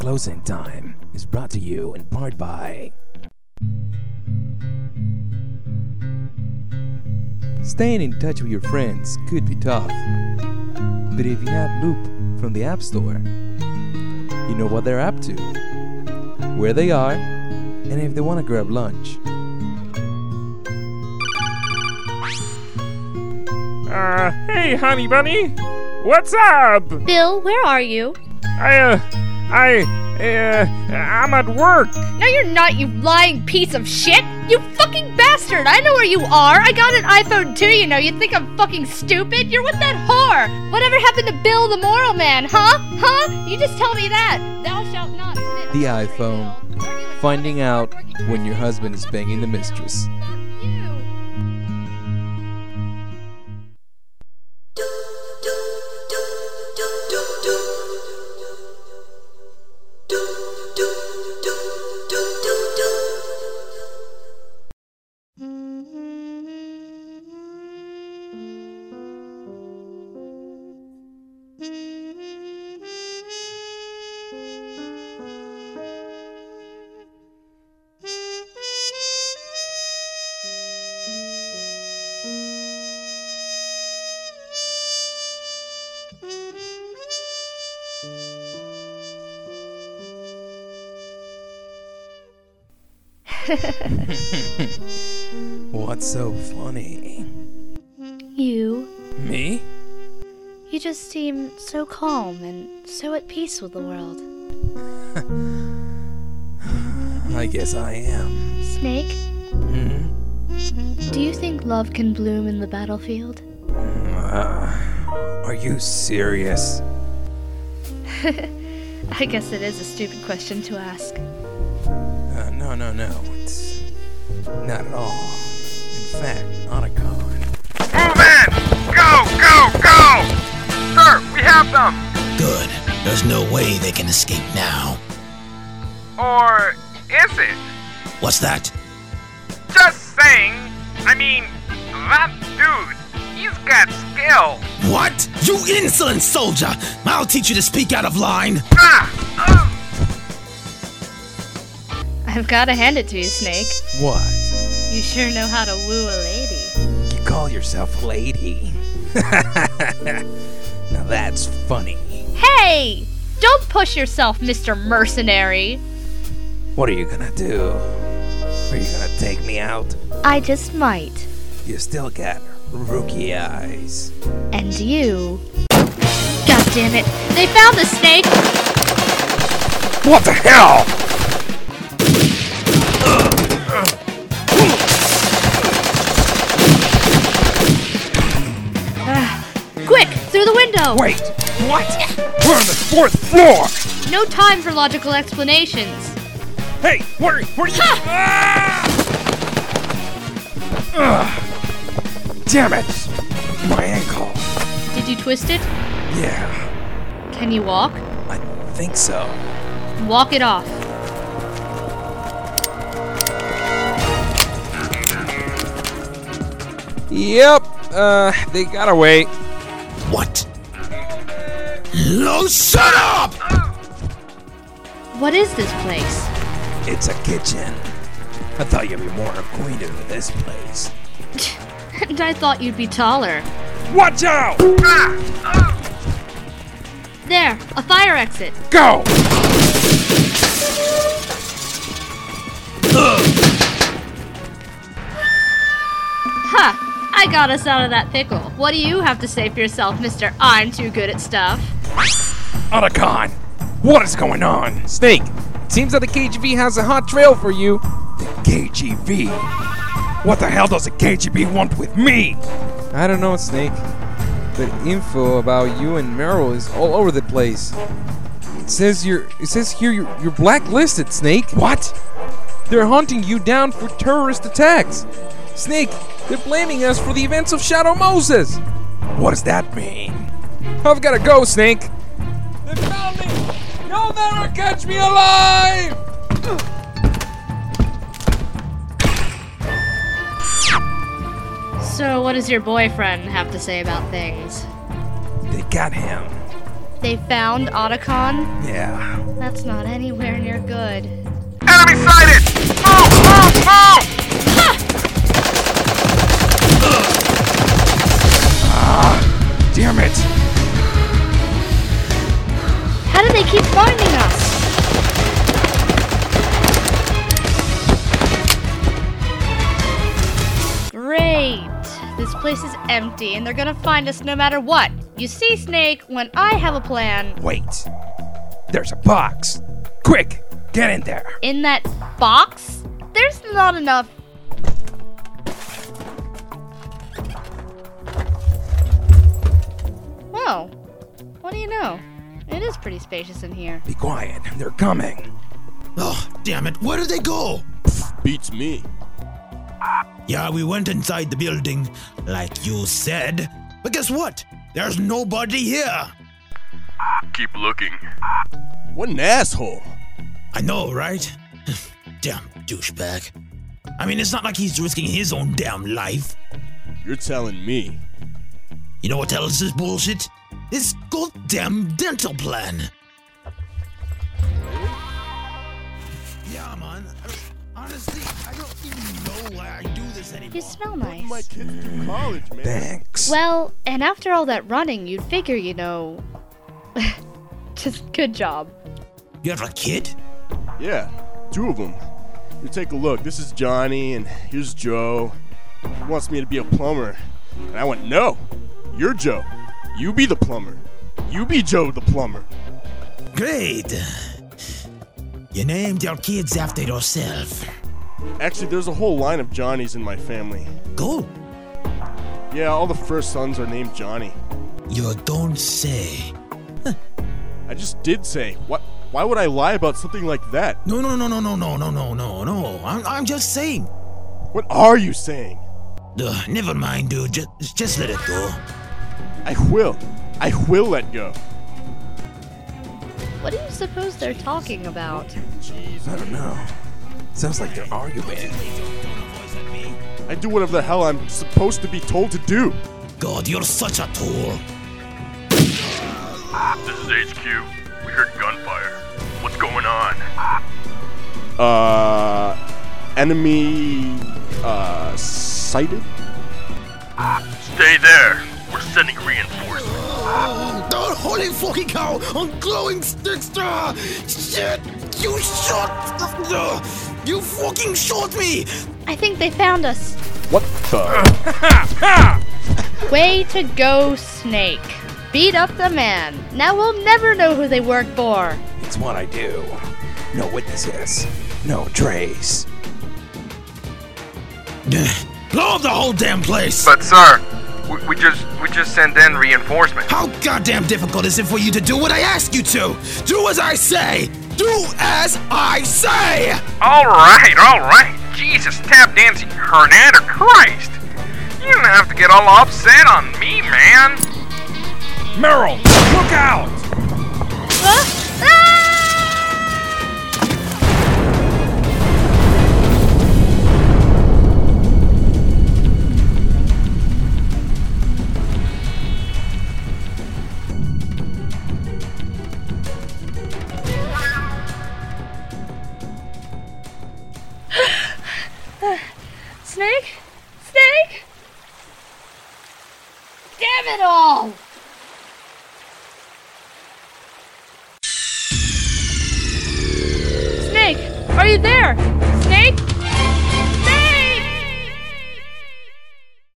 Closing Time is brought to you in part by. Staying in touch with your friends could be tough. But if you have Loop from the App Store, you know what they're up to, where they are, and if they want to grab lunch. Uh, hey, honey bunny. What's up? Bill, where are you? I, uh, I, uh, I'm at work. No, you're not, you lying piece of shit! You fucking bastard! I know where you are! I got an iPhone 2, you know. You think I'm fucking stupid? You're with that whore! Whatever happened to Bill the Moral Man, huh? Huh? You just tell me that! Thou shalt not commit The adultery, iPhone. Bill. Or you would Finding fucking out hardworking- when your husband is banging the mistress. Fuck you. What's so funny? You, Me? you just seem so calm and so at peace with the world. I guess I am. Snake, Hmm? do you think love can bloom in the battlefield? Uh, Are you serious? I guess it is a stupid question to ask. Uh, no, no, no. It's not at all. In fact, not a con. Move in! Go, go, go! Sir, we have them! Good. There's no way they can escape now. Or is it? What's that? Just saying. I mean, that dude, he's got skill. What? You insolent soldier! I'll teach you to speak out of line! Ah! Oh! I've gotta hand it to you, Snake. What? You sure know how to woo a lady. You call yourself a lady? now that's funny. Hey! Don't push yourself, Mr. Mercenary! What are you gonna do? Are you gonna take me out? I just might. You still got rookie eyes. And you. God damn it. They found the snake! What the hell? Quick! Through the window! Wait, what? We're on the fourth floor! No time for logical explanations! Hey, where, where you? Ah! Ugh. Damn it! My ankle. Did you twist it? Yeah, Can you walk? I think so. Walk it off. Yep, uh, they got away. What? No, shut up! What is this place? It's a kitchen. I thought you'd be more acquainted with this place. and I thought you'd be taller. Watch out! There, a fire exit. Go! Huh, I got us out of that pickle. What do you have to say for yourself, Mr. I'm too good at stuff? Otacon! What is going on? Snake, seems that the KGB has a hot trail for you. The KGB. What the hell does the KGB want with me? I don't know, Snake, but info about you and Meryl is all over the place. It says you're. It says here you're, you're blacklisted, Snake. What? They're hunting you down for terrorist attacks. Snake, they're blaming us for the events of Shadow Moses. What does that mean? I've gotta go, Snake. They found me. You'll never catch me alive. So, what does your boyfriend have to say about things? They got him. they found Otacon? Yeah. That's not anywhere near good. Enemy sighted! Move! Move! Move! Damn it! How do they keep finding us? Great. This place is empty and they're gonna find us no matter what. You see, Snake, when I have a plan, Wait. There's a box. Quick, get in there. in that box, there's not enough. Whoa. What do you know? It is pretty spacious in here. Be quiet. They're coming. Oh, damn it. Where did they go? Beats me. Yeah, we went inside the building, like you said. But guess what? There's nobody here. Keep looking. What an asshole. I know, right? damn douchebag. I mean, it's not like he's risking his own damn life. You're telling me. You know what else is bullshit? This goddamn dental plan. Yeah, man. I mean, honestly, I don't even know why I do this anymore. You smell nice. My kids do college, man. Thanks. Well, and after all that running, you'd figure, you know. Just good job. You have a kid? Yeah, two of them. You take a look. This is Johnny, and here's Joe. He wants me to be a plumber. And I went, no, you're Joe. You be the plumber. You be Joe the plumber. Great. You named your kids after yourself. Actually, there's a whole line of Johnnies in my family. Go. Yeah, all the first sons are named Johnny. You don't say. I just did say, what? Why would I lie about something like that? No, no, no, no, no, no, no, no, no, no. I'm, I'm just saying. What are you saying? Ugh, never mind, dude. Just, just let it go. I will. I will let go. What do you suppose they're talking about? I don't know. Sounds like they're arguing. I do whatever the hell I'm supposed to be told to do. God, you're such a tool. This is HQ. We heard gunfire. What's going on? Uh, enemy uh sighted. Stay there. We're sending reinforcements. Oh, holy fucking cow! On glowing sticks! Ah, shit! You shot! Ugh, You fucking shot me! I think they found us. What the? Way to go, Snake. Beat up the man. Now we'll never know who they work for. It's what I do. No witnesses. No trace. Blow up the whole damn place! But sir, we, we just we just sent in reinforcements. How goddamn difficult is it for you to do what I ask you to? Do as I say! Do as I say! All right, all right. Jesus, tap dancing Hernander, Christ! You don't have to get all upset on me, man. Merrill, look out! Snake? Snake? Damn it all! Snake, are you there?